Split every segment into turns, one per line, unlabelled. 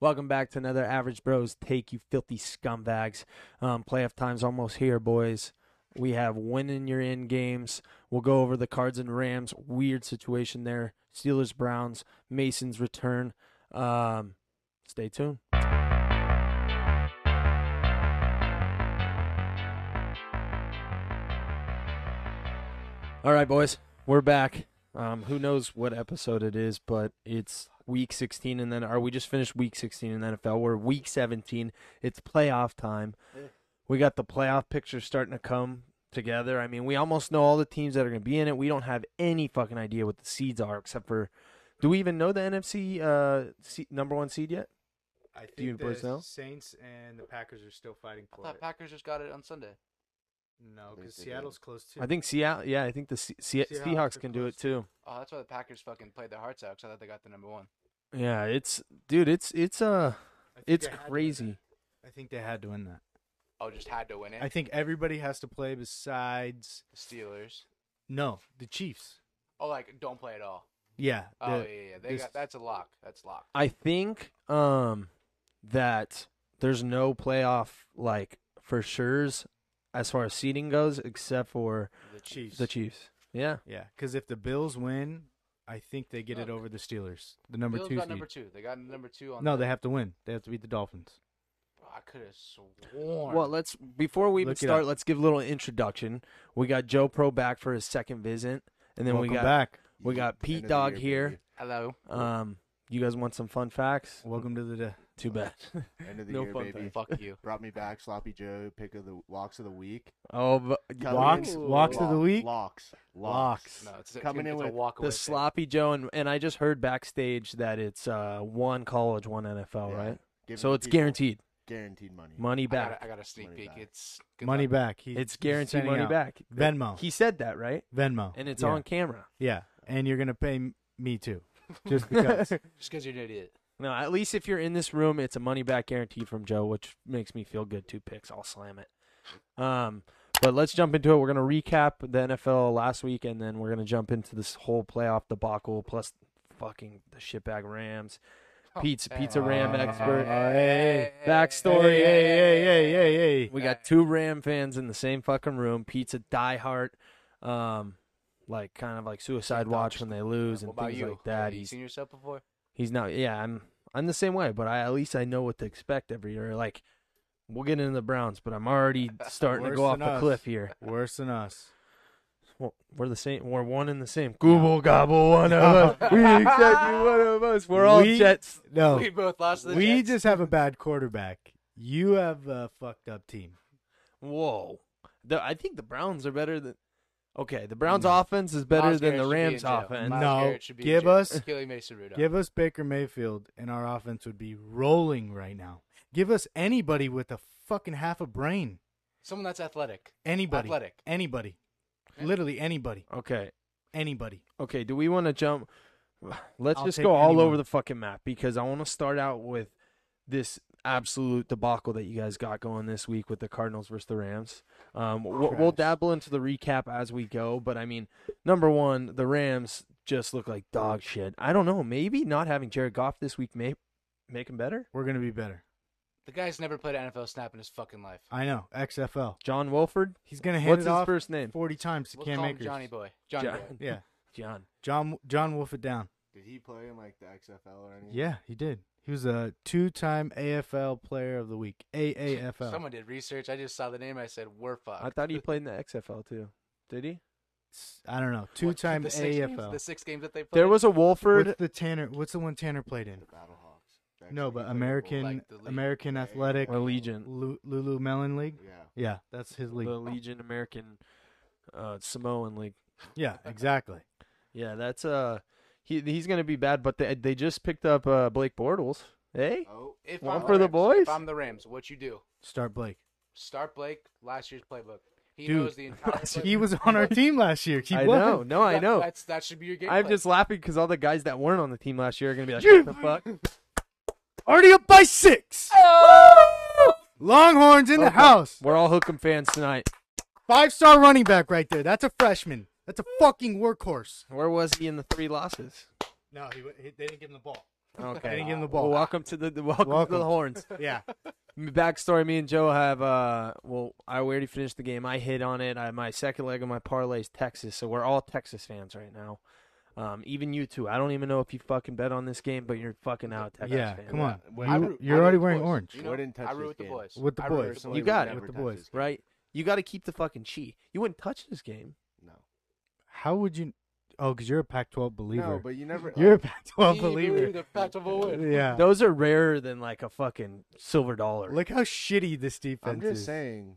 Welcome back to another Average Bros Take, you filthy scumbags. Um, playoff time's almost here, boys. We have winning your in games. We'll go over the Cards and Rams. Weird situation there. Steelers, Browns, Mason's return. Um, stay tuned. All right, boys, we're back. Um, who knows what episode it is, but it's week 16, and then are we just finished week 16 in the NFL? We're week 17. It's playoff time.
Yeah.
We got the playoff picture starting to come together. I mean, we almost know all the teams that are going to be in it. We don't have any fucking idea what the seeds are, except for do we even know the NFC uh, se- number one seed yet?
I think
you
the
boys know?
Saints and the Packers are still fighting
I
for
thought
it.
Packers just got it on Sunday.
no,
They-
because
they
Seattle's close too.
I think Seattle. Yeah, I think the Se- Se-
Seahawks
Seahawks
are
can do
close
it too.
Oh, that's why the Packers fucking played their hearts out because I thought they got the number one.
Yeah, it's dude. It's it's uh,
I think
it's
they had to win
crazy.
that. I think they had to win that.
Oh, just had to win it.
I think everybody has to play besides
the Steelers.
no the Chiefs.
Oh, like don't play at all.
Yeah.
Oh
the-
yeah, yeah, yeah. They
this-
got that's a lock. That's locked.
I think um that there's no playoff like for sure's as far as seeding goes, except for
the Chiefs.
the Chiefs. Yeah,
Yeah, because if the Bills win, I think they get it
No.
over the Steelers. The number
Bills
two.
got
seed.
number two. They got number two on.
no,
the,
they have to win. They have to beat the Dolphins.
Bro, I could have sworn.
Well, let's before we even
Look it
start,
up.
let's give a little introduction. We got Joe Pro back for his second visit, and then
Welcome
we got
back.
we got
End of
Pete
the
Dog
year,
here.
Hello.
Um, you guys want some fun facts?
Welcome to the.
Too bad.
baby. End of the
No
year,
fun
baby.
Fuck you.
Brought me back, sloppy Joe. Pick of the locks of the week.
oh, but
Coming
Locks?
in-
Locks of the
Lock-
week?
Locks,
Locks.
locks.
No, it's, it's
Coming
gonna-
in
it's a
with
walk away
the
thing.
sloppy Joe, and, and I just heard backstage that it's uh, one college, one NFL,
Yeah.
right?
Give
So
the
it's
people
guaranteed
Guaranteed money.
money
I got,
back.
a, I got a sneak
Money
peek.
back.
It's good
Money
luck.
back. He-
it's
he's
guaranteed
sending
money
out.
back.
Venmo.
He said that, right?
Venmo.
And it's
Yeah.
on camera.
Yeah, and you're gonna pay m- me too, just because.
Just because you're an idiot.
No, at least if you're in this room, it's a money back guarantee from Joe, which makes me feel good. Two picks, I'll slam it. Um, but let's jump into it. We're gonna recap the NFL last week, and then we're gonna jump into this whole playoff debacle plus fucking the shitbag Rams. Pizza, pizza Ram expert.
Uh, hey,
Backstory.
hey, hey, hey, hey, hey.
We got two Ram fans in the same fucking room. Pizza diehard, um, like kind of like suicide watch when they lose
What
and
about
things
you?
like that.
Have you
He's
seen yourself before?
he's not. Yeah, I'm I'm the same way, but I at least I know what to expect every year. Like we'll get into the Browns, but I'm already starting to go
Worse
off
than
the
us.
cliff here.
Worse than us.
Well, we're the same. We're one in the same. Google gobble one of us. We accept you one of us. We're all
We-
Jets.
No,
We both lost to the
Oh. we
Jets.
just have a bad quarterback. You have a fucked up team.
Whoa. The, I think the Browns are better than. Okay, the Browns
No.
offense is better
Mm. Miles
than
Garrett
the
should be in
Rams
jail.
offense.
Miles
No,
Garrett should be in
give
jail.
us-
Killing Mason Rudolph.
Give us Baker Mayfield, and our offense would be rolling right now. Give us anybody with a fucking half a brain.
Someone that's athletic.
Anybody.
Athletic.
Anybody. Literally anybody.
Okay,
Anybody.
okay. Do we want to jump? Let's
I'll
just
take
go all over
anyone.
the fucking map because I want to start out with this absolute debacle that you guys got going this week with the Cardinals versus the Rams. Um, we'll, we'll
Trash.
dabble into the recap as we go, but I mean, number one, the Rams just look like dog shit. I don't know. Maybe not having Jared Goff this week may make him better.
We're gonna be better.
The guy's never played an NFL snap in his fucking life.
I know. XFL.
John Wilford.
He's gonna hand
What's his
it off
first name?
forty times to
We'll
Cam
call
Akers.
him Johnny Boy. Johnny
John.
Boy.
Yeah.
John.
John John Wolf it down.
Did he play in like the XFL or
Mm.
anything?
Yeah, he did. He was a two-time AFL Player of the Week. AAFL.
Someone did research. I just saw the name. I said, "We're fucked."
I thought he played in the XFL too. Did he?
I don't know.
What,
Two-time
the six games-
AFL.
the six games that they played.
There was a Wolford.
What's the Tanner? What's the one Tanner played in?
The Battlehawks.
No, but
He played for
American
Bulls.
the league.
American Athletic
Allegiant.
Lu- Lulu Mellon League.
Yeah.
Yeah, that's his league.
The Legion American uh, Samoan League.
Yeah, exactly.
Yeah, that's uh, he he's gonna be bad. But they they just picked up uh, Blake Bortles. Hey,
Oh,
If
One
I'm
for the
Rams-
boys?
If I'm the Rams, what you do?
Start Blake.
Start Blake last year's playbook. He
Dude.
knows the entire. playbook.
He was on our team last year. He
I
was.
know. No, I
That-
know.
That's that should be your game.
I'm
plan.
just laughing because all the guys that weren't on the team last year are gonna be like,
You-
what the fuck?
Already up by six. Longhorns Oh! in the
Okay.
house.
We're all Hookem fans tonight.
Five-star running back right there. That's a freshman. That's a fucking workhorse.
Where was he in the three losses?
No, he, they didn't give him the ball.
Okay.
Didn't give him the
Well,
ball.
welcome to the, the welcome, to
Welcome.
the horns.
yeah.
Backstory: Me and Joe have uh, well, I already finished the game. I hit on it. I my second leg of my parlay is Texas, so we're all Texas fans right now. Um, even you two. I don't even know if you fucking bet on this game, but you're fucking out, Texas
Yeah,
fan.
come on.
When
You-
I
root-
you're
I root
already
the
wearing
boys.
orange.
You know,
I didn't touch
I root
this
with the
game.
boys.
With the
I root
boys.
Personally,
You
would
got it.
never
With the
touch
boys.
this game.
right? You got to keep the fucking cheat. You wouldn't touch this game.
No.
How would you? Oh, because you're a Pac-12 believer.
No, but you never.
you're a
like,
Pac-12
Even
believer.
The Pac-12 will win.
Yeah.
Those are rarer than like a fucking silver dollar.
Look how shitty this defense
I'm just
is.
saying.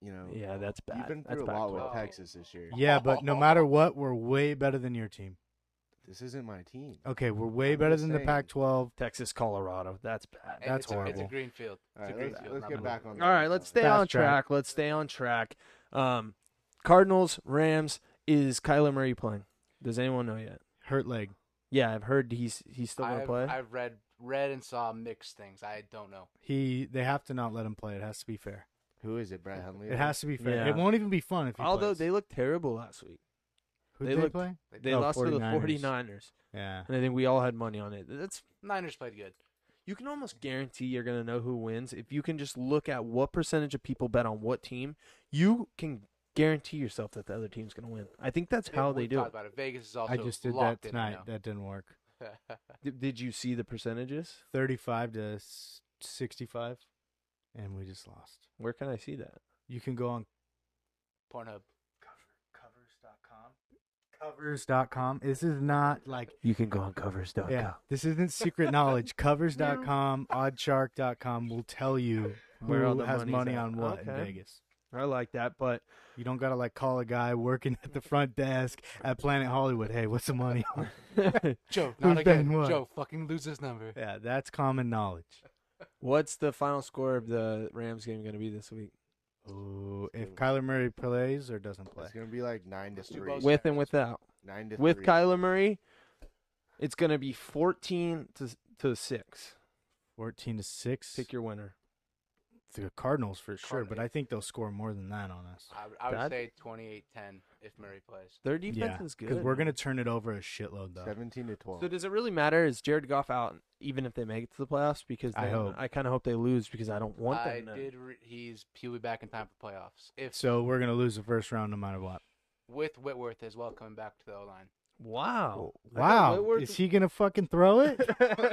You know.
yeah, that's bad.
You've been
that's
through a
back
lot
to
with
it.
Pac-12.
Texas this year.
Yeah, but no matter what, we're way better than your team.
This isn't my team.
Okay, we're way
I'm
better
just
than the
saying.
Pac-12.
Texas, Colorado. That's bad.
Hey,
That's
it's a- It's a
horrible.
green field. It's
All
a
right,
green
let's,
field.
let's
not
get
a
back on.
All right, let's stay
Fast
on track.
track.
Let's stay on track. Um, Cardinals, Rams. Is Kyler Murray playing? Does anyone know yet?
Hurt leg.
Yeah, I've heard he's he's still gonna
I've,
play.
I've read read and saw mixed things. I don't know.
He. They have to not let him play. It has to be fair.
Who is it? Brad Hundley.
It has to be fair.
Yeah.
It won't even be fun if he
Although
plays.
they looked terrible last week.
Who'd
they
they
looked-
play?
They
Oh,
lost to the
49ers.
49ers,
Yeah.
and I think we all had money on it. That's
Niners played good.
you can almost guarantee you're gonna know who wins if you can just look at what percentage of people bet on what team. You can guarantee yourself that the other team's gonna win. I think that's how
We've
they do
talked
it.
About it. Vegas is also
I just did that
locked in
tonight.
right
That didn't work.
now.
Did, did you see the percentages?
35 to s- 65 and we just lost.
Where can I see that?
You can go on
Pornhub.
covers.com. This is not like
You can go on covers.com.
yeah, this isn't secret knowledge. Covers.com, oddshark.com will tell you
Where
who
all the
has
money's
money
at.
on what
Okay.
in Vegas.
I like that, but
You don't got to like call a guy working at the front desk at Planet Hollywood, "Hey, what's the money on?"
Joe,
Who's
not again.
betting what?
Joe, fucking lose this number.
yeah, that's common knowledge.
what's the final score of the Rams game going to be this week?
Ooh,
Let's
if
do it.
Kyler Murray plays or doesn't play.
It's gonna be like nine to
Let's do
three.
both.
With and without.
nine to
With
three.
Kyler Murray, it's going to be 14 to to 6.
14 to 6.
Pick your winner.
the Cardinals for sure, but
Cardinals.
I think they'll score more than that on us.
I, would- I would
That-
say 28-10 if Murray plays.
Their defense is
because
good.
we're gonna turn it over a shitload though.
seventeen to twelve.
So does it really matter? Is Jared Goff out even if they make it to the playoffs? Because
I
then
hope.
I kind of hope they lose because I don't want
I
them to.
did. Re- he's he'll be back in time for playoffs. If
So we're gonna lose the first round no matter what.
with Whitworth as well coming back to the O line.
Wow. I thought
Wow,
Whitworth-
is he gonna fucking throw it?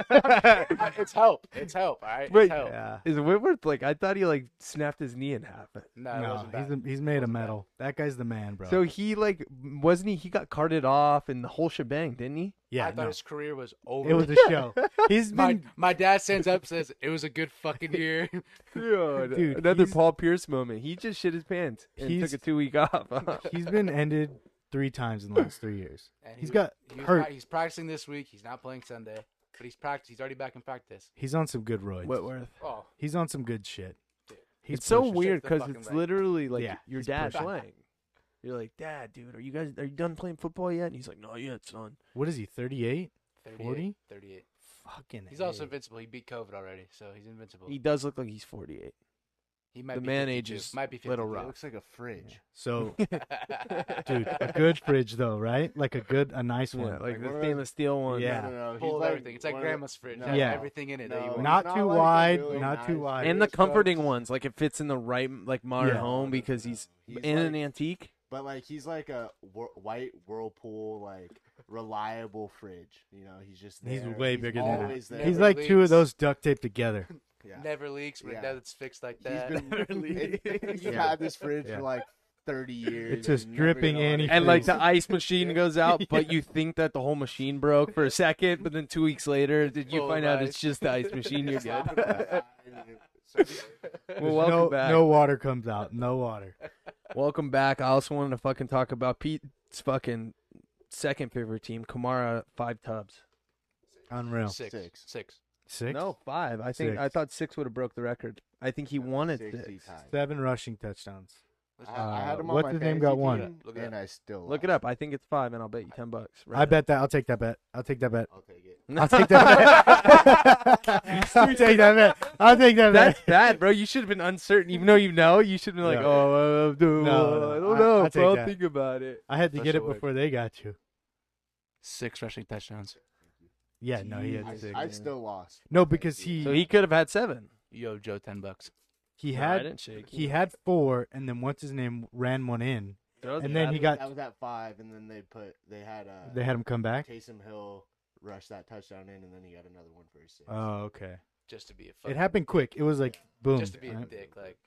Uh, it's help. It's help. All right. It's
Wait.
help.
yeah.
Is Whitworth like I thought he like snapped his knee in half.
No, it
No,
wasn't
he's
bad.
a, he's made of
Wasn't bad.
metal. That guy's the man, bro.
So he like wasn't he? He got carted off and the whole shebang, didn't he?
yeah,
I thought
no.
his career was over.
it was a show. He's
my
been
my dad stands up says it was a good fucking year.
Dude,
Dude,
another
he's-
Paul Pierce moment. He just shit his pants and took
He's-
a two week off.
he's been ended three times in the last three years.
And
he's
was-
got
he was
hurt.
pra- he's practicing this week. He's not playing Sunday, but he's practice. He's already back in practice.
He's on some good roids.
Whitworth.
Oh,
He's on some good shit.
Dude.
He's
it's so
pushing.
weird
the
because
fucking
it's
leg.
literally like
Yeah,
your
he's
dad
pushing.
playing. You're like, Dad, dude, are you guys are you done playing football yet? And he's like, Not yet, son.
What is he? Thirty-eight.
38,
40?
38.
Fucking.
He's also
A.
invincible. He beat COVID already, so he's invincible.
He does look like he's 48.
He might
the
be
man
52.
ages
might be 52.
little
It
rough.
looks like a fridge.
So
Dude,
dude. A good fridge, though, right? Like a good, a nice
Yeah,
one.
like,
Like,
the
what are-
stainless steel one.
Yeah.
No, no, no.
Full
he's
of
like
everything. It's like
one of the-
grandma's fridge. It
No,
has
Yeah.
everything in it. that
no,
you
he's
want.
Not too
like a
wide,
really
not too
nice
wide.
And the
fridge,
comforting
but-
ones, like it fits in the right like modern
Yeah.
home because he's,
He's
in
like-
an antique.
But like he's like a wh- white whirlpool, like reliable fridge. You know, he's just
He's
there.
way bigger than
always
that.
there.
He's
Never
like two of
leaves.
those duct taped together.
yeah.
Never leaks, but
Yeah.
it does. It's fixed like
He's
that.
been it- you've
Yeah.
had this fridge
Yeah.
for like thirty years.
It's just
and you've never
dripping
even
antifreeze.
noticed.
and like
Please.
the ice machine goes out, but you think that the whole machine broke for a second, but then two weeks later, did you
Oh
Full of
find out
ice.
it's just the ice machine? You're good.
Slap it aside and it's-
Well,
There's
welcome
no,
back.
no water comes out. No water.
Welcome back. I also wanted to fucking talk about Pete's fucking second favorite team, Kamara. Five tubs.
Unreal.
Six.
Six.
Six.
Six?
No, five. I think I
Six.
thought six would have broke the record. I think he wanted
Sixty
six.
times.
Seven rushing touchdowns.
Let's
I,
just-
I
Uh,
had him on
what's
my
his name
fantasy
got one?
team,
Look it
and
up.
I still
Look it
lost.
up. I think it's five, and I'll bet you ten bucks.
I bet that. I'll take that bet. I'll take that bet.
I'll take it.
I'll take that bet. I'll take that bet. I'll take that bet.
That's bad, bro. You should have been uncertain, even though you know. You should have been like,
Yeah.
"Oh, uh, dude,
No, no,
I don't
I-
know.
I'll
bro.
take
I'll
that.
think about it."
I had to get
Special
it
work.
before they got you.
Six rushing touchdowns.
Yeah, no, he had
I,
six.
I still lost.
no, because he
So
he,
he could have had seven.
Yo, Joe, ten bucks.
No, I
had
didn't shake.
he had four, and then what's his name ran one in.
Throw
and
the-
then he
That was-
got-
that was at five, and then they put they had uh
They had him come back.
Taysom Hill rush that touchdown in, and then he got another one for his six.
Oh, okay.
Just to be a.
It
fucking-
happened quick. It was like boom.
Just to be a
right?
dick, like.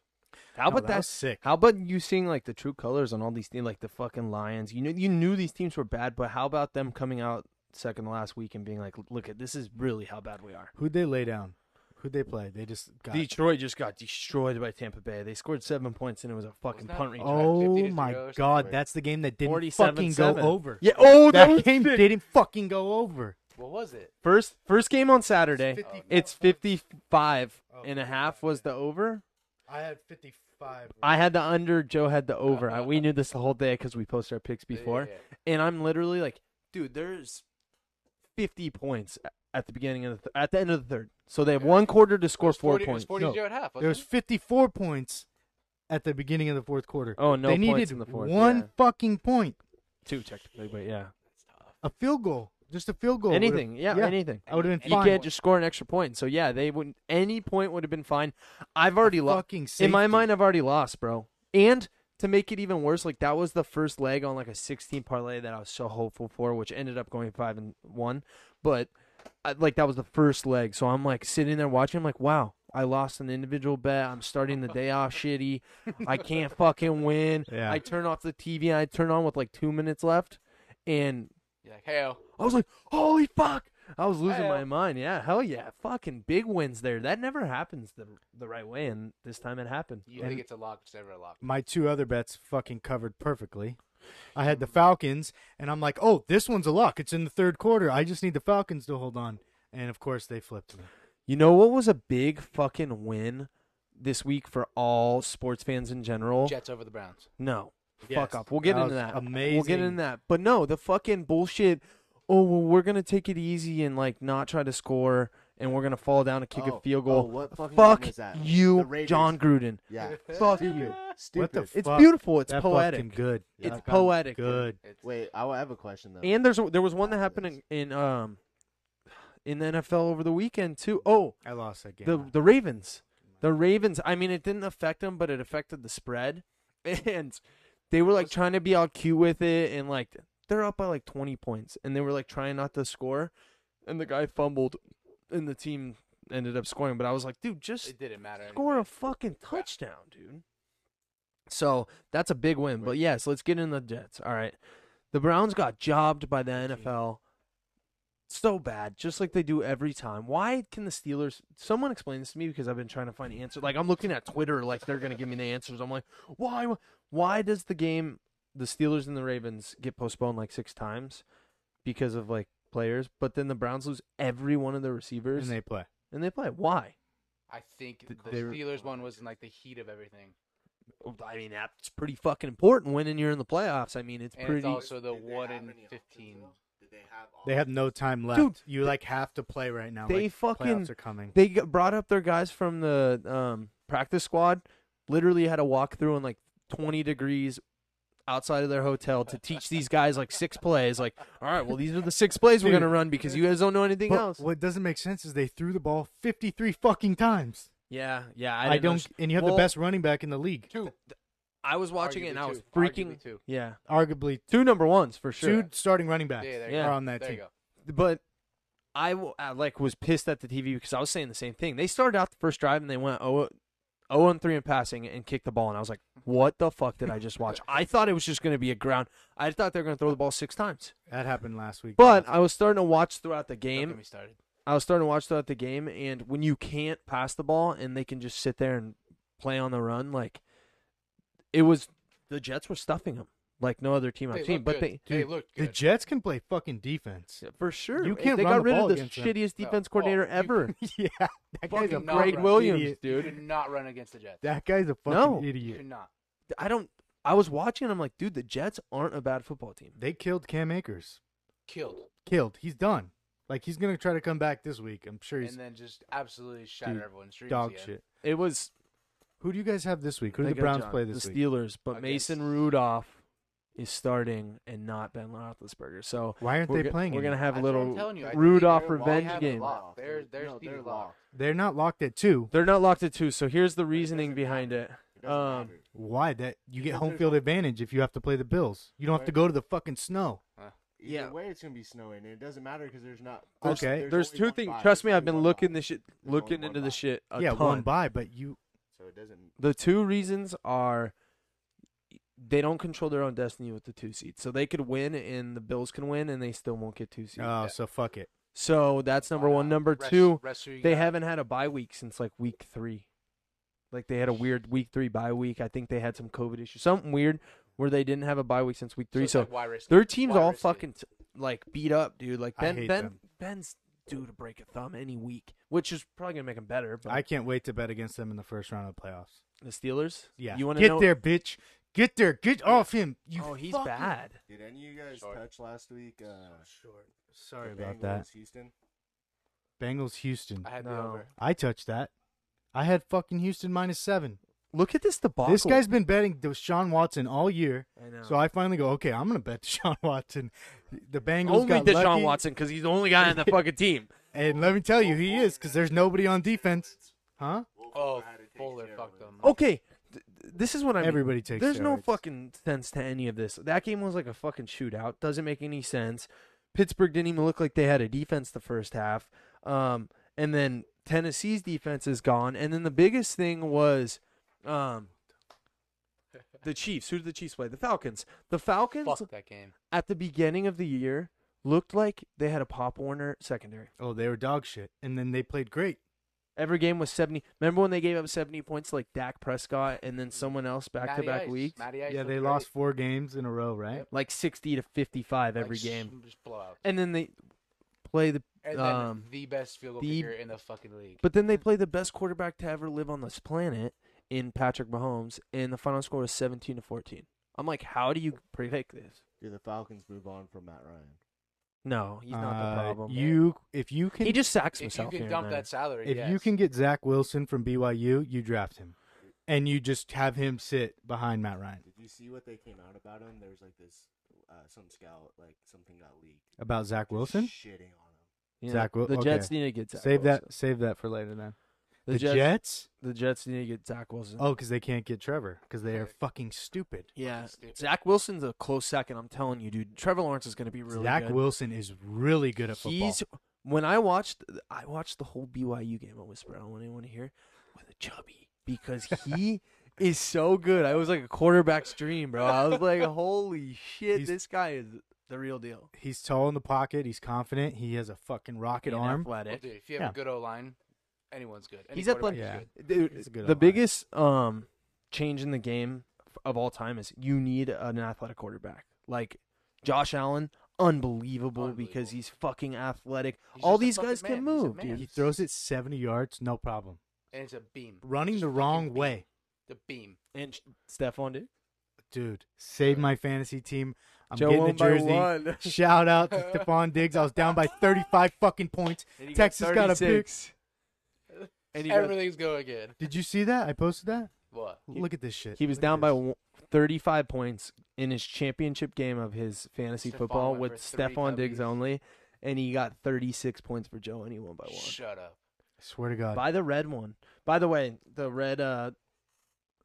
how
No,
about
that
that?
was sick.
How about you seeing like the true colors on all these teams, like the fucking Lions? You knew you knew these teams were bad, but how about them coming out second to last week and being like, "Look at this is really how bad we are."
Who'd they lay down? Who'd they play? They just got.
Detroit just got destroyed by Tampa Bay. They scored seven points and it was a fucking
Wasn't that-
punt return.
oh
50 to
my
zero or
god,
something.
that's the game that didn't
47
fucking go
seven.
over.
Yeah. Oh, that,
that
was
game
sick.
didn't fucking go over.
What was it?
First first game on Saturday. It's
It's 54
55
Oh,
and a half was the over.
I had fifty-five.
I had the under, Joe had the over. I- we knew this the whole day cuz we posted our picks before.
Yeah,
And I'm literally like, dude, there's 50 points a- at the beginning of the th- at the end of the third. So they have
Yeah.
one quarter to
It
score
was
4
40 it
points.
was 40
No,
zero at half.
There was
wasn't
fifty-four points at the beginning of the fourth quarter.
Oh, no
they
points
needed
in the fourth,
one
yeah.
fucking point,
Two technically, but yeah.
it? That's tough.
a field goal, just a field goal. would've-
Anything. Yeah, anything.
I would have been
You
fine.
can't just score an extra point. So yeah, they wouldn't any point would have been fine. I've already
A
lost.
fucking
In my
safety.
mind I've already lost, bro. And to make it even worse, like that was the first leg on like a 16 parlay that I was so hopeful for, which ended up going 5 and 1, but I, like that was the first leg. So I'm like sitting there watching I'm like, "Wow, I lost an individual bet. I'm starting the day off shitty. I can't fucking win."
Yeah.
I turn off the TV and I turn on with like 2 minutes left and
You're like, hey,
I was like, holy fuck. I was losing my
Hell.
mind. Yeah, hell yeah. Fucking big wins there. That never happens the the right way, and this time it happened.
you
And-
think it's a lock? It's never a lock.
my two other bets fucking covered perfectly. I had the Falcons, and I'm like, oh, this one's a lock. It's in the third quarter. I just need the Falcons to hold on. And of course, they flipped me.
You know what was a big fucking win this week for all sports fans in general?
Jets over the Browns.
No.
Yes.
Fuck off. We'll get
That
into
was
that. We'll get
amazing.
into that. But no, the fucking bullshit. Oh, well, we're going to take it easy and, like, not try to score, and we're going to fall down and kick
Oh,
a field
oh,
goal.
what fucking
Fuck
game was that? The
you,
Raiders.
John Gruden.
Yeah.
Fuck you.
What
Stupid. Stupid.
the
It's
fuck?
beautiful. It's
That
poetic.
fucking good.
Yeah.
It's
Fucking
poetic.
Good.
It's,
Wait, I will have a question though.
And there's there was one that happened in, in um in the NFL over the weekend too. Oh,
I lost that game.
the the Ravens, the Ravens. I mean, it didn't affect them, but it affected the spread, and they were like trying to be all cute with it, and like they're up by like twenty points, and they were like trying not to score, and the guy fumbled, and the team ended up scoring. But I was like, dude, just
it didn't matter.
score a fucking touchdown, dude. So that's a big win. But yes, let's get in the Jets. All right. The Browns got jobbed by the NFL so bad, just like they do every time. Why can the Steelers someone explain this to me because I've been trying to find answers. Like I'm looking at Twitter like they're gonna give me the answers. I'm like, why why does the game the Steelers and the Ravens get postponed like six times because of like players, but then the Browns lose every one of their receivers
and they play.
and they play. Why?
I think the
Th- they were-
Steelers one was in like the heat of everything.
I mean, that's pretty futy important winning you're in the playoffs. I mean, it's
And it's
pretty.
also the
Did they
one
have
in
any options,
15.
though? Did they have all-
They have no time left.
Dude,
you like have to play right now.
they
like,
fucking-
playoffs are coming.
they g- brought up their guys from the um, practice squad. Literally had a walkthrough in like 20 degrees outside of their hotel to teach these guys like six plays. Like, all right, well, these are the six plays we're
Dude.
gonna run because you guys don't know anything
But
else.
what doesn't make sense is they threw the ball 53 fucking times.
Yeah, yeah. I,
I,
didn't
don't.
underst-
And you have
Well,
the best running back in the league,
Two.
I was watching it and I
Arguably
was
two.
freaking.
Arguably two.
Yeah,
arguably
two number ones for sure.
two starting running backs
Yeah, there
you
are
go.
on that
there
team.
you go.
but I, w- I, like was pissed at the TV because I was saying the same thing. They started out the first drive and they went 0 0 and 3 in passing and kicked the ball and I was like, "What the fuck did I just watch?" I thought it was just going to be a ground. I thought they were going to throw the ball 6 times.
That happened last week.
But I was starting to watch throughout the
Don't
game.
get me started.
I was starting to watch throughout the game and when you can't pass the ball and they can just sit there and play on the run like it was the Jets were stuffing them like no other team I've
They
seen,
looked
but
good.
they
they looked
the
good.
Jets can play fucking defense.
Yeah, for sure.
You
They-
can't
they
run
got
the
rid
ball
of the
against them.
shittiest
No.
defense
Well,
coordinator
you-
ever.
yeah, that guy's a
Fucking not
Greg
fucking
run.
Williams,
idiot.
You
dude.
do not run against the Jets.
That guy's a fucking
No.
You do
idiot.
not.
I don't. I was watching. I'm like, dude, the Jets aren't a bad football team.
They killed Cam Akers.
Killed.
Killed. He's done. Like he's gonna try to come back this week. I'm sure he's
And then just absolutely shatter
Dude,
everyone's dreams.
dog
again.
shit.
It was.
Who do you guys have this week? Who do
They got
the Browns
John-
play this
The
week?
Steelers, but
Against-
Mason Rudolph is starting and not Ben Roethlisberger. So
Why aren't
we're,
they
go-
playing?
we're
him?
gonna have a
That's what I'm
little.
telling you, I think
Rudolph
they're- well, they
revenge
have it
game.
locked. There's there's
no,
Peter's
they're
locked.
locked.
They're not locked at two.
They're not locked at two, so here's the reasoning behind it.
It doesn't
Um,
matter.
Why that you get
Because
home
there's
field
no-
advantage if you have to play the Bills. You don't have to go to the fucking snow.
Either
yeah.
way, it's gonna be snowing. and It doesn't matter because there's not.
There's-
Okay.
There's
only
two
one
things.
bye.
Trust me,
There's
I've been
only one
looking
bye.
this shit,
There's only
looking
one
into
bye.
this shit a
yeah,
ton.
one by, but you
So it doesn't.
The two reasons are they don't control their own destiny with the two seed, so they could win and the Bills can win, and they still won't get two
Oh,
seed.
so fuck it.
so that's number
Why
one.
not?
Number
Rest-
two,
rest who you
they
got.
haven't had a bye week since like week three. Like they had a weird week three bye week. I think they had some COVID issue, something weird where they didn't have a bye week since week three.
it's
So,
like, why risk it?
their team's
Why
all
risk it?
fucking t- like beat up, dude. Like
I
Ben,
hate
Ben,
them.
Ben's due to break a thumb any week, which is probably gonna make him better. But
I can't wait to bet against them in the first round of the playoffs.
the Steelers,
Yeah,
you want to
get
know?
there, bitch. Get there. Get off him. You
oh, he's
fucking-
bad.
Did any of you guys
Sorry.
touch last week? Uh,
Short. Sorry
the
about
Bengals,
that.
Houston.
Bengals, Houston.
I had the
No.
over.
I touched that. I had fucking Houston minus seven.
Look at this debacle.
This guy's been betting Deshaun Watson all year.
I know.
So I finally go, okay, I'm gonna bet Deshaun Watson. The Bengals
only
got
Deshaun
lucky,
Watson because he's the only guy on the fucking team.
and let me tell you, he is because there's nobody on defense, huh?
Wolf
Oh,
had to take
Fuller
steroids.
fucked them.
Okay, th- th- this is what I mean.
Everybody takes.
There's no
steroids.
fucking sense to any of this. That game was like a fucking shootout. Doesn't make any sense. Pittsburgh didn't even look like they had a defense the first half. Um, and then Tennessee's defense is gone. And then the biggest thing was um, the Chiefs. Who did the Chiefs play? The Falcons. The Falcons
Fuck that game.
at the beginning of the year looked like they had a Pop Warner secondary.
Oh, they were dog shit, and then they played great.
Every game was 70. Remember when they gave up 70 points to, like Dak Prescott and then someone else back to
Matty
back
Ice.
weeks?
Matty Ice
yeah,
looked
they
great.
lost four games in a row, right?
Yep.
Like 60 to 55 every
Like,
game.
s- Just blow out.
and then they play the
And then
um
the best field goal
the-
kicker in the fucking league.
but then they play the best quarterback to ever live on this planet in Patrick Mahomes and the final score was 17 to 14. I'm like how do you predict this?
Dude, the Falcons move on from Matt Ryan.
No, he's not
Uh,
the problem.
You, if you can,
he just sacks
if you
himself
can
here
dump
and there.
that salary,
if
yes.
you can get Zach Wilson from BYU, you draft him, and you just have him sit behind Matt Ryan
Did you see what they came out about him? There was like this, uh, some scout, like something got leaked.
about Zach
Just
Wilson.
shitting on
You know,
Zach Wil-
the Jets
okay.
need to get Zach
Save
Wilson.
that. Save that for later then.
The,
The,
Jets, Mm-hmm.
Jets?
the Jets need to get Zach Wilson.
Oh, because they can't get Trevor because they are fucking stupid.
yeah.
fucking stupid.
Zach Wilson's a close second, I'm telling you, dude. Trevor Lawrence is going to be really
Zach
good.
Wilson is really good at football.
He's when I watched I watched the whole BYU game on Whisper. I don't want anyone to hear with a chubby because he is so good. I was like a quarterback stream, bro. I was like, holy shit,
He's-
this guy is the real deal.
He's tall in the pocket. He's confident. He has a fucking rocket
And
arm.
Well,
athletic.
dude, if you have
Yeah.
a good O line, anyone's good. Any
He's athletic.
quarterback is
Dude,
He's a good
the
O-line.
biggest um change in the game of all time is you need an athletic quarterback. Like Josh Allen, unbelievable, because
Unbelievable.
he's fucking athletic.
He's
all
just a
these guys
fucking
can
man. He's a
move,
man.
dude.
He throws it 70 yards, no problem.
good. And it's a beam.
Running
Just
the
fucking
wrong
beam.
way.
The beam.
And Stephon Diggs.
Dude, save my fantasy team. I'm
Joe
getting a
won by
jersey.
one.
Shout out to Stephon Diggs. I was down by 35 fucking points.
And he got
Texas got, a pick.
36. And he, got-
Everything's going good.
Did you see that? I posted that.
What?
He-
Look at this shit.
he was
Look at
down by
this.
one- 35 points in his championship game of his fantasy
Stephon
football
went
with
for three
Stephon Diggs
Ws.
only, and he got 36 points for Joe, and he won by one.
Shut up.
Swear to God.
By the red one. By the way, the red. uh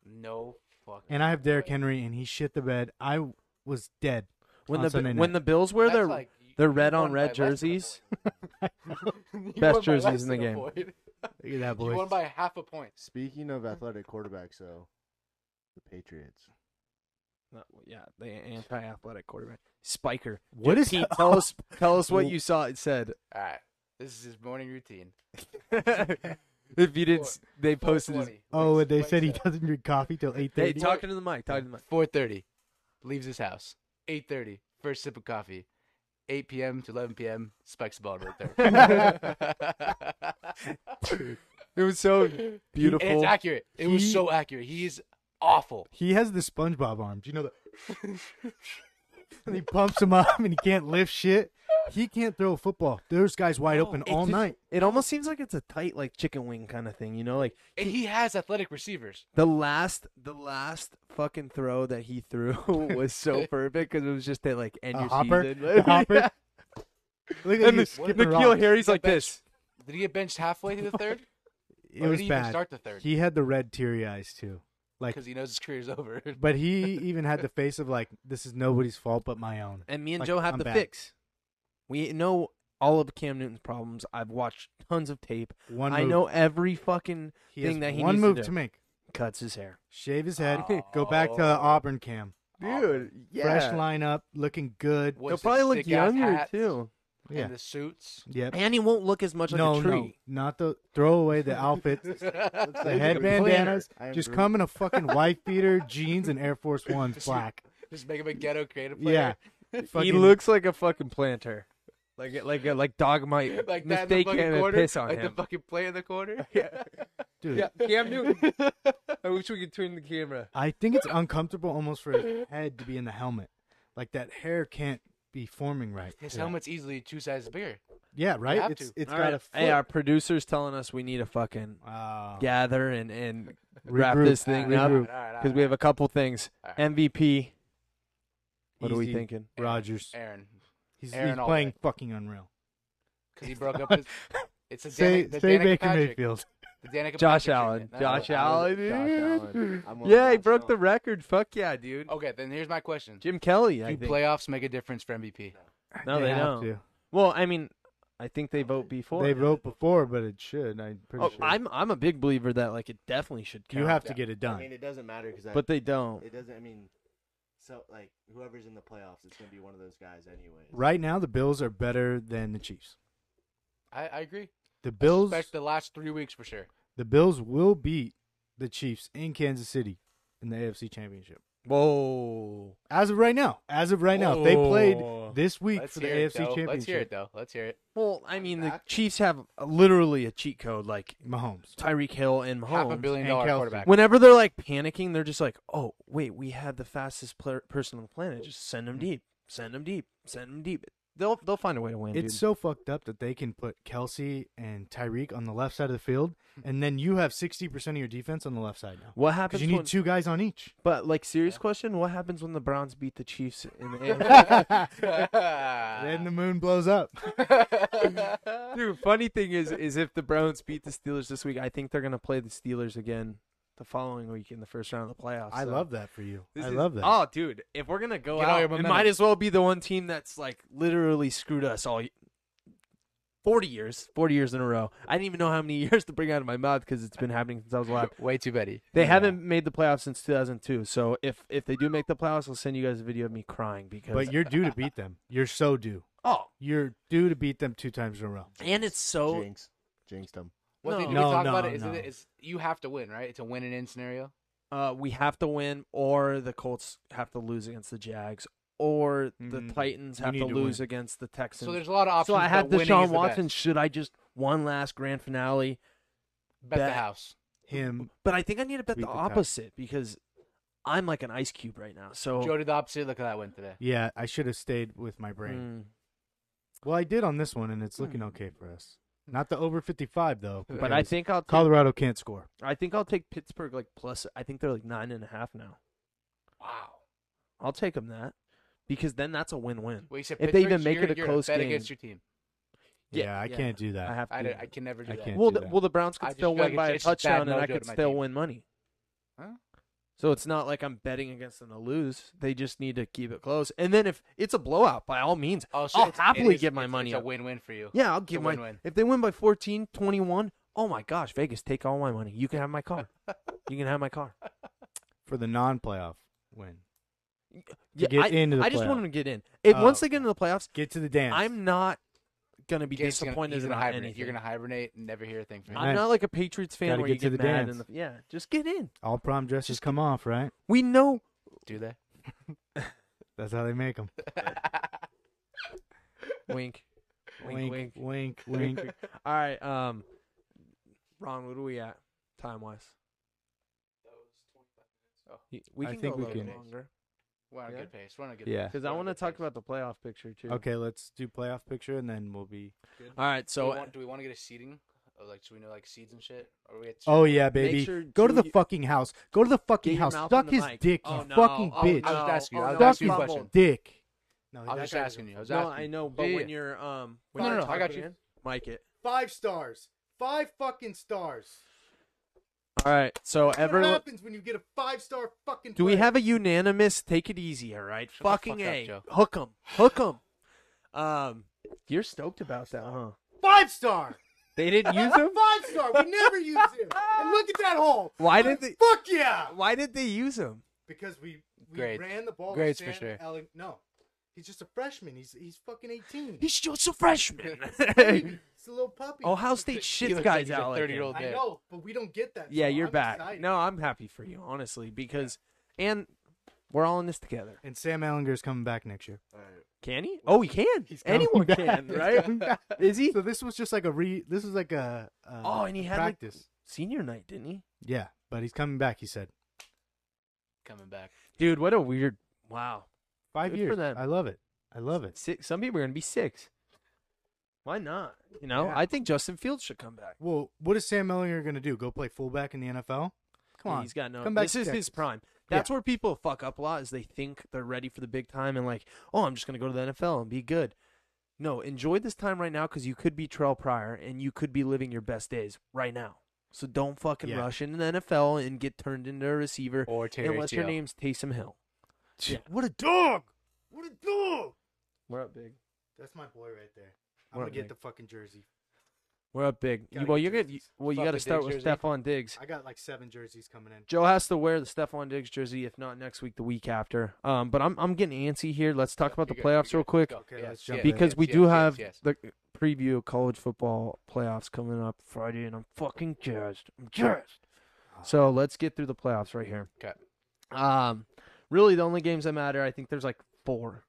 No fucking.
And I have Derrick
way.
Henry, and he shit the bed. I was dead.
When
On
the
Sunday
when
night.
the Bills wear
That's
their
like you-
their
you
red
won
on
by
red
less than a
jerseys,
point. You
Best
won by
jerseys
less
in the
than a
game.
point.
Look at that,
You won
boy.
by half a point.
Speaking of athletic quarterbacks, though, the Patriots.
No, yeah, the anti-athletic quarterback Spiker.
What
Dude,
is
Pete,
up?
tell us tell us what you saw. It said
All right. This is his morning routine.
if you didn't. s- They posted his.
4:20.
Oh,
Wakes-
and they
wakes
said he
up.
doesn't drink coffee till eight
They
thirty.
talking to the mic. Talking to the mic.
4:30, leaves his house. 8:30, first sip of coffee. 8 p.m. to 11 p.m. Spikes the ball right there.
It was so
and it's
beautiful.
accurate. It was
He-
so accurate. He is awful.
He has the SpongeBob arms, you know the. and he pumps him up, and he can't lift shit. He can't throw a football. There's guys wide
No,
open
it
all
just-
night.
It almost seems like it's a tight, like chicken wing kind of thing, you know? Like
And he has athletic receivers.
the last, the last fucking throw that he threw was so perfect because it was just that like end
A
your
hopper?
season.
A hopper?
Yeah.
Look at
And
you
the,
skipping
Nikhil
around.
Harry's like
Bench.
this.
Did he get benched halfway through the third?
It
or
was
did he even
bad.
start the third?
He had the red teary eyes too. Like,
Because he knows his career's over.
but he even had the face of like, this is nobody's fault but my own.
And me and
Like,
Joe have
I'm
the
bad.
fix. We know all of Cam Newton's problems. I've watched tons of tape.
One.
I
move.
know every fucking
He
thing
has
that he
one
needs
move
to, do.
make.
Cuts his hair.
Shave his head. Go back to
Oh.
Auburn cam.
Auburn.
Fresh lineup, looking good.
What
He'll
is it,
probably look
thick-ass
younger
hats
too.
Yeah.
And the suits.
Yep.
And he won't look as much like
no,
a tree.
no, not the throw away the outfit, the
like
head
a planner.
bandanas.
I
Just
agree.
come in a fucking white beater, jeans, and Air Force Ones,
Just-
black.
Just make him a ghetto creative
Yeah.
player.
He
Fucking-
looks like a fucking planter. Like like uh, like dog might
like that in the
mistake
fucking
him and
corner.
piss on
like
him.
the fucking play in the corner.
dude.
Cam Newton. I wish we could turn the camera.
I think it's uncomfortable almost for his head to be in the helmet. Like that hair can't be forming right.
His
Yeah.
helmet's easily two sizes bigger.
Yeah, right.
have
It's
to.
it's
All
got a
right.
flip.
Hey, our producer's telling us we need to fucking
Wow.
gather and and wrap
Regroup.
this thing
Regroup.
up because we have a couple things.
All right.
MVP. What are we
Easy.
thinking?
Rogers.
Aaron.
He's, he's
Aaron Allred.
playing fucking unreal.
Because he broke up his. It's a
Say,
Danica, the
say
Danica
Baker
Patrick.
Mayfield.
The Danica
Josh
Patrick
Allen.
treatment. No,
Josh
I was-
Allen.
Josh Allen. I'm on
Yeah, he
Josh
broke the
Allen.
record. Fuck yeah, dude.
Okay, then here's my question.
Jim Kelly. I
Do
think.
playoffs make a difference for MVP?
No, they
have
don't.
to.
Well, I mean, I think they vote before.
They wrote before, but it should. I'm pretty
Oh,
sure.
I'm I'm a big believer that like it definitely should count.
you have to
Yeah.
get it
I
done.
mean, it doesn't matter because
but they don't.
it doesn't. I mean, so like whoever's in the playoffs, it's gonna be one of those guys anyway.
right now, the Bills are better than the Chiefs.
I, I agree.
The Bills,
Expect the last three weeks for sure.
the Bills will beat the Chiefs in Kansas City in the AFC Championship.
Whoa.
As of right now, as of right now, if they
Oh.
played this week
Let's
for the
hear it,
AFC
though.
Championship.
Let's hear it though. Let's hear it.
Well, I mean, the
Back.
Chiefs have literally a cheat code like
Mahomes.
Tyreek Hill and Mahomes.
Half a billion
and
dollar
Kelsey.
quarterback.
Whenever they're like panicking, they're just like, "Oh, wait, we have the fastest pla person on the planet. Just send them deep. Send them deep. Send them deep. They'll they'll find a way to win."
It's
dude.
so fucked up that they can put Kelsey and Tyreek on the left side of the field, and then you have sixty percent of your defense on the left side now.
Hmm. what
Because
happens
you
when-
need two guys on each.
But like serious question, what happens when the Browns beat the Chiefs in the Ah.
Then the moon blows up.
Dude, funny thing is, is if the Browns beat the Steelers this week, I think they're gonna play the Steelers again the following week in the first round of the playoffs.
I
so-
love that for you.
This
I
is-
love that.
Oh, dude, if we're gonna go
Get all
out,
your
it
momentum.
might as well be the one team that's like literally screwed us all. y- Forty years, forty years in a row. I didn't even know how many years to bring out of my mouth because it's been happening since I was alive.
Way too many.
They haven't made the playoffs since 2002. So if if they do make the playoffs, I'll send you guys a video of me crying because
But you're due to beat them. You're so due.
oh,
You're due to beat them two times in a row.
and it's so
Jinx, jinxed him.
What they
No.
do
No,
we talk
no,
about it is,
no.
it is you have to win, right? It's a win and in scenario.
uh, we have to win, or the Colts have to lose against the Jags, or the
Mm-hmm.
Mhm.
Titans
You
have to,
need to
lose
win.
against the Texans.
So there's a lot of options.
So I
but
have
winning
Deshaun
is the
Watson.
Best.
Should I just one last grand finale?
Bet the
bet.
house.
Him.
But I think I need to bet
Beat
the
the Titans.
opposite because I'm like an ice cube right now. So mm,
Joe did the opposite. Look how that went today.
Yeah, I should have stayed with my brain.
Mm.
Well, I did on this one, and it's looking okay for us. Not the over 55, though.
Hmm. but I
because
think I'll take,
Colorado can't score.
I think I'll take Pittsburgh like plus. I think they're like nine and a half now.
Wow.
I'll take them that because then that's a win-win.
Well, you said
If they even
Pittsburgh's-
make it
you're-
a
you're
close
bet
game.
against your team.
Yeah, I can't do that.
I have to.
I,
do
don't-
that.
I can never do
I
that.
can't.
well,
do
the,
that.
well, the Browns
I
could
just
still
feel like
win by a
it's just bad
touchdown, and I
mojo to
could
my
still
team.
win money.
Huh?
So it's not like I'm betting against them to lose. They just need to keep it close. And then if it's a blowout, by all means,
Oh, so
I'll
it's- it
happily
is-
give my
it's-
money.
It's a
up.
win-win for you.
Yeah, I'll
a
give my.
win-win.
If they win by 14, 21, oh my gosh, Vegas, take all my money. You can have my car. you can have my car.
For the non playoff win.
Yeah,
get
I,
into the
I just
playoff.
want them to get in. If
Oh,
once they
okay.
get into the playoffs,
Get to the dance.
I'm not gonna be
Gabe's gonna-
disappointed
he's gonna
about
hibernate.
anything.
You're gonna hibernate and never hear a thing from
Nice.
I'm
him.
not like a Patriots fan
Gotta
where
get
you
to
get
the
mad. And
dance.
the, yeah, just get in.
All prom dresses come off, right?
We know
Do they?
That's how they make them.
wink, wink, wink.
wink, wink. wink.
All right, um, Ron, what are we at time wise? We
I
can
think
go a
we
little
can-
longer.
We're on a
Yeah?
good pace. We're on a good.
Yeah.
pace.
Because I
We're on a
want to
good
talk
pace.
about the playoff picture too.
Okay, let's do playoff picture and then we'll be.
All right.
Do we
So
want- do we want to get a seating? Or like, do we know like seeds and shit? Or we get
Oh yeah, baby.
sure
Go to
to
the
you-
fucking house. Go to the fucking
Get your
house.
mouth
Suck
on the
his
mic.
dick,
Oh,
you
no.
fucking
Oh,
bitch.
I was
no.
just asking you.
Oh,
I
no,
was
Suck his
asking you a
bubble.
question.
dick. No,
I
that
was just
guy
asking you. I was
No,
asking.
I
you.
know, but
Yeah,
when
yeah.
you're um, when
No,
you're
no, no, I
got
talking
you.
in, mic it.
Five stars. Five fucking stars.
All right. So everyone,
happens when you get a five star fucking?
do we have a unanimous? Take it easy. All right.
the fuck
Fucking
up,
a.
Joe.
Hook 'em. Hook 'em. Um, you're stoked about that, huh?
five star?
They didn't use him.
Five star. We never use him. And look at that hole.
Why did they?
Fuck yeah.
Why did they use him?
Because we, we
Grades.
ran the ball. with
Grades for
Sam
sure.
Allen- no, he's just a freshman. He's he's fucking eighteen.
He's just a freshman.
Baby. he's a little puppy.
Ohio State
He
shits
looks like
guys
he's a
out. like
30-year-old
him.
I
Yeah.
know, but we don't get that.
Yeah,
so
you're
I'm
back.
excited.
No, I'm happy for you, honestly, because and we're all in this together.
And Sam Ellinger's coming back next year.
All right.
Can he? Oh, he can.
He's coming
Anyone
back.
can,
He's
right?
coming back.
Is he?
So this was just like a re. This was like a. Uh,
Oh, and he had, like-
practice.
Senior night, didn't he?
Yeah, but he's coming back. He said
coming back.
Dude, what a weird. Wow.
five
Good for
years.
them.
I love it. I love it.
Six, some people are going to be six. Why not? You know,
Yeah.
I think Justin Fields should come back.
Well, what is Sam Ellinger going to do? Go play fullback in the NFL? Come on,
He's got no.
Come back
this
to
is his
Texas.
prime. That's where people fuck up a lot is they think they're ready for the big time and like, oh, I'm just going to go to the NFL and be good. No, enjoy this time right now because you could be Terrell Pryor and you could be living your best days right now. So don't fucking
Yeah.
rush into the NFL and get turned into a receiver
Or Terry
unless your
Hill.
name's Taysom Hill. Yeah.
What a dog! What a dog!
We're up big.
That's my boy right there. I'm
What
gonna
up,
get
mate?
the fucking jersey.
We're up big.
Gotta
well,
get
you're good.
jerseys.
Well, you
Fuck
got to
the
start
Diggs
with
jersey.
Stephon Diggs.
I got like seven jerseys coming in.
Joe has to wear the Stephon Diggs jersey, if not next week, the week after. Um, but I'm I'm getting antsy here. Let's talk about the
You're good, you're
playoffs real
good.
quick
Go.
Okay,
Yes,
let's jump
yes,
in.
because
yes,
we
yes,
do
yes,
have
yes.
the preview of college football playoffs coming up Friday, and I'm fucking jazzed. I'm jazzed.
Ah.
So let's get through the playoffs right here.
'Kay.
Um, really, the only games that matter, I think there's like four,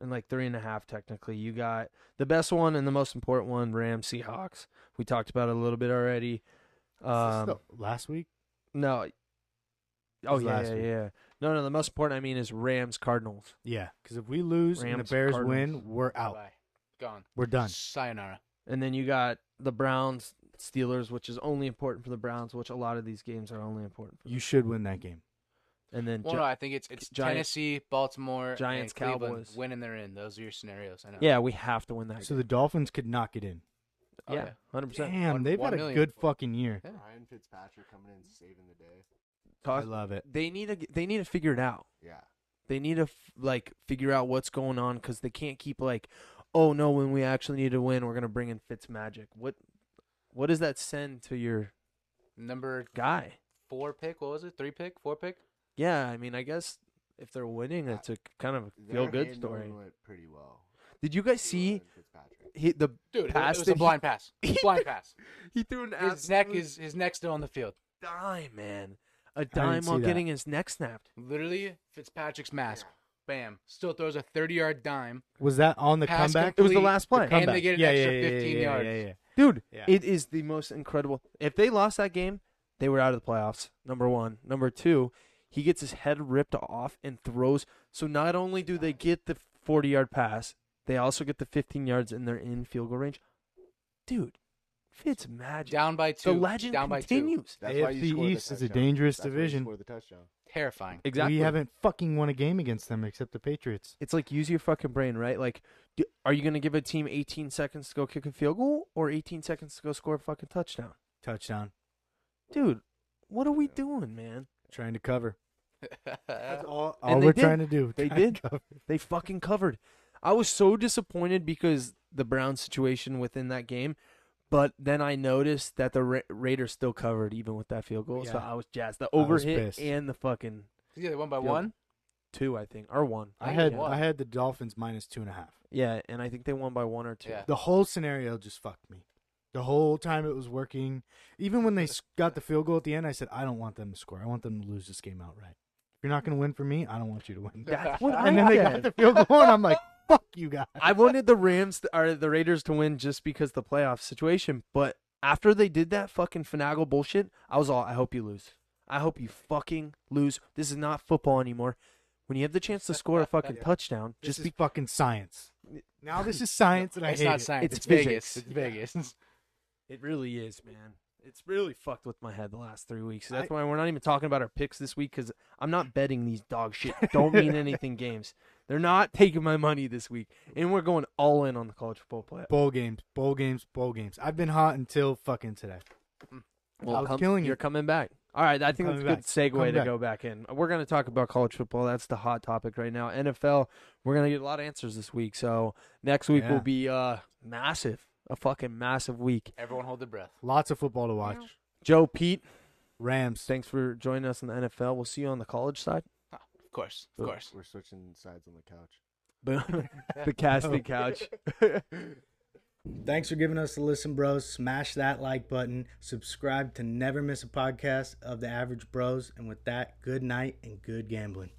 and like three and a half technically. You got the best one and the most important one: Rams Seahawks. We talked about it a little bit already.
Is
Um,
this the last week.
no. Oh
was
yeah,
last
yeah,
week.
yeah. No, no. The most important, I mean, is Rams Cardinals.
Yeah, because if we lose and the
Rams,
Bears
Cardinals.
win, we're out.
Bye. Gone.
We're done.
Sayonara.
And then you got the Browns, Steelers, which is only important for the Browns, which a lot of these games are only important for.
You should win that game.
them. and then
Well,
Gi-
no, I think it's it's
Giants-
Tennessee, Baltimore, and
Giants,
Cleveland.
Cowboys.
When and they're in. Those are your scenarios. I know.
yeah, we have to win that.
So
game.
the Dolphins could knock it in.
Oh,
yeah, hundred percent.
Damn,
One-
they've
one
had a
million.
good fucking year.
Yeah.
Ryan Fitzpatrick coming in saving the day.
I
Uh,
Talk.
love it.
They need to. They need to figure it out.
Yeah.
They need to f- like figure out what's going on because they can't keep like, oh no, when we actually need to win, we're gonna bring in Fitz Magic. What, what does that send to your
Number
guy?
four pick. What was it? Three pick? Four pick?
Yeah, I mean, I guess if they're winning, it's a kind of a
Their
feel good
handling
story.
went pretty well.
Did you guys
Thielen
see
and Fitzpatrick.
he, the
Dude, it-
pass
it was
that
a
he-
blind pass.
he
Blind
threw-
pass.
He threw an
His neck
absolute
is his neck's still on the field.
dime, man. A dime
see
while
that.
getting his neck snapped.
Literally, Fitzpatrick's mask. Bam. Still throws a 30 yard dime.
Was that on the
Pass
comeback?
It was the
complete,
last play.
And they get an
yeah,
extra
yeah, yeah,
15
yeah,
yards.
Yeah, yeah.
Dude,
Yeah.
it is the most incredible. If they lost that game, they were out of the playoffs. Number one. Number two, he gets his head ripped off and throws. So not only do they get the 40 yard pass, they also get the 15 yards and they're in field goal range. Dude, Fitz magic.
Down by two.
the legend
down by two.
continues.
That's why
AFC
you scored the
East is a
touchdown.
dangerous
That's why you
division.
scored the touchdown.
Terrifying.
Exactly.
We haven't fucking won a game against them except the Patriots.
it's like use your fucking brain, right? Like, d are you gonna give a team 18 seconds to go kick a field goal or 18 seconds to go score a fucking touchdown?
Touchdown.
Dude, what are we doing, man?
Trying to cover. That's all,
And
all
they
we're
did.
trying to do.
They
trying to
did.
cover.
They fucking covered. I was so disappointed because the Browns situation within that game, but then I noticed that the Ra- Raiders still covered even with that field goal, so
Yeah.
I was jazzed. The
I was
overhit
pissed.
and the fucking
Yeah, they won by
Field-
one.
two, I think, or one.
I
Thank
had
you.
I had the Dolphins minus two and a half.
Yeah, and I think they won by one or two.
Yeah.
The whole scenario just fucked me. The whole time it was working. Even when they s- got the field goal at the end, I said, I don't want them to score. I want them to lose this game outright. If you're not going to win for me, I don't want you to win.
That's what I
and then they
said.
got the field goal, and I'm like, fuck you guys.
I wanted the Rams to, or the Raiders to win just because the playoff situation, but after they did that fucking finagle bullshit, I was all, I hope you lose. I hope you fucking lose. This is not football anymore. When you have the chance to score a fucking
Yeah.
touchdown,
Just
just
be
be
fucking science. Now this is science, and I
it's
hate
not
it.
science.
It's
It's, Vegas.
physics.
It's Vegas.
It really is, man. It's really fucked with my head the last three weeks. That's why we're not even talking about our picks this week because I'm not betting these dog shit don't mean anything games. They're not taking my money this week, and we're going all in on the college football playoff.
Bowl games, bowl games, bowl games. I've been hot until fucking today.
Well,
I was killing
You're
it.
coming back. All right, I think that's a
coming
good
back.
segue
Coming
to
back.
go back in. We're going to talk about college football. That's the hot topic right now. NFL, we're going to get a lot of answers this week. So next week
Yeah.
will be uh, massive, a fucking massive week.
Everyone hold their breath.
Lots of football to watch.
Joe, Pete,
Rams.
thanks for joining us in the NFL. We'll see you on the college side.
Ah, Of course. Of
Boom.
course.
We're switching sides on the couch.
Boom. the casting couch.
Thanks for giving us a listen, bros. Smash that like button. Subscribe to never miss a podcast of the average bros. And with that, good night and good gambling.